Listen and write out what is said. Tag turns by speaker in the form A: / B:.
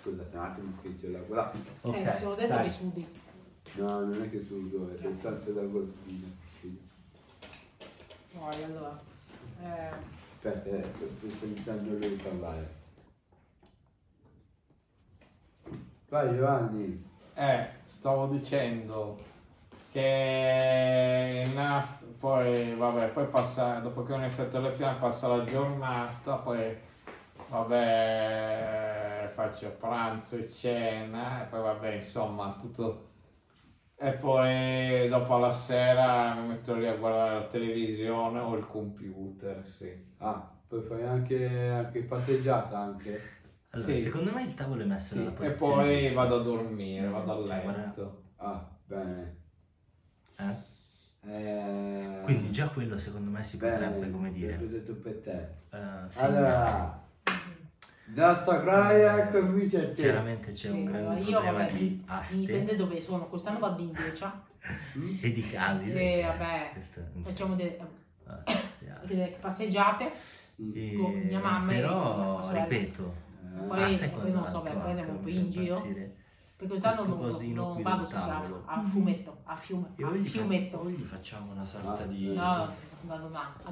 A: Scusate un attimo che ce l'ho qua.
B: Ok,
C: eh, te l'ho detto
B: dai.
C: che sudi.
A: No, non è che sul due, è soltanto la cortina.
C: Poi allora. Eh,
A: Aspetta, eh, sto sto pensando a lui parlare. Vai Giovanni.
D: Eh, stavo dicendo che na- poi, vabbè, poi passa, dopo che uno effettua le piante passa la giornata, poi, vabbè, faccio pranzo e cena, e poi, vabbè, insomma, tutto. E poi dopo alla sera mi metto lì a guardare la televisione o il computer, sì.
A: Ah, poi fai anche, anche passeggiata anche.
B: Allora,
D: Sì.
B: secondo me il tavolo è messo
D: Sì,
B: nella
D: E
B: posizione
D: poi
B: giusta.
D: vado a dormire, vado a
B: Guarda-
D: letto.
A: Ah, bene.
B: Eh?
A: Eh,
B: Quindi già quello secondo me si
A: bene,
B: potrebbe, come
A: Ho
B: dire,
A: detto per te.
B: eh, segnare.
A: Allora, da Sacraia comincia a te.
B: Chiaramente c'è
C: sì,
B: un
C: allora,
B: grande
C: io
B: problema
C: vabbè,
B: di
C: dipende
B: aste
C: dove sono. Quest'anno vado in 10.
A: Mm?
B: e di cavi.
C: E Eh, vabbè,
B: Questo-
C: facciamo delle,
B: Ah, queste aste.
C: delle passeggiate.
A: Mm.
B: E-
C: con mia mamma e con mia
B: Però,
C: sorella.
B: ripeto,
A: Eh,
C: Poi-
B: aste
C: poi
B: quando
C: non
B: va
C: so,
B: al
C: beh,
B: clock,
C: prendiamo un
B: mi
C: po'
B: fa
C: in giro.
B: impazzire.
C: Perché quest'anno
B: Questo
C: non,
B: cosino
C: non
B: qui
C: vado
B: del
C: sul grafo,
B: tavolo.
C: a fumetto, a fiume,
B: E
C: a
B: o gli, fa-
C: Ah, fiumetto.
B: o gli facciamo una sorta
A: Ah,
B: di...
A: eh.
C: No, vado là.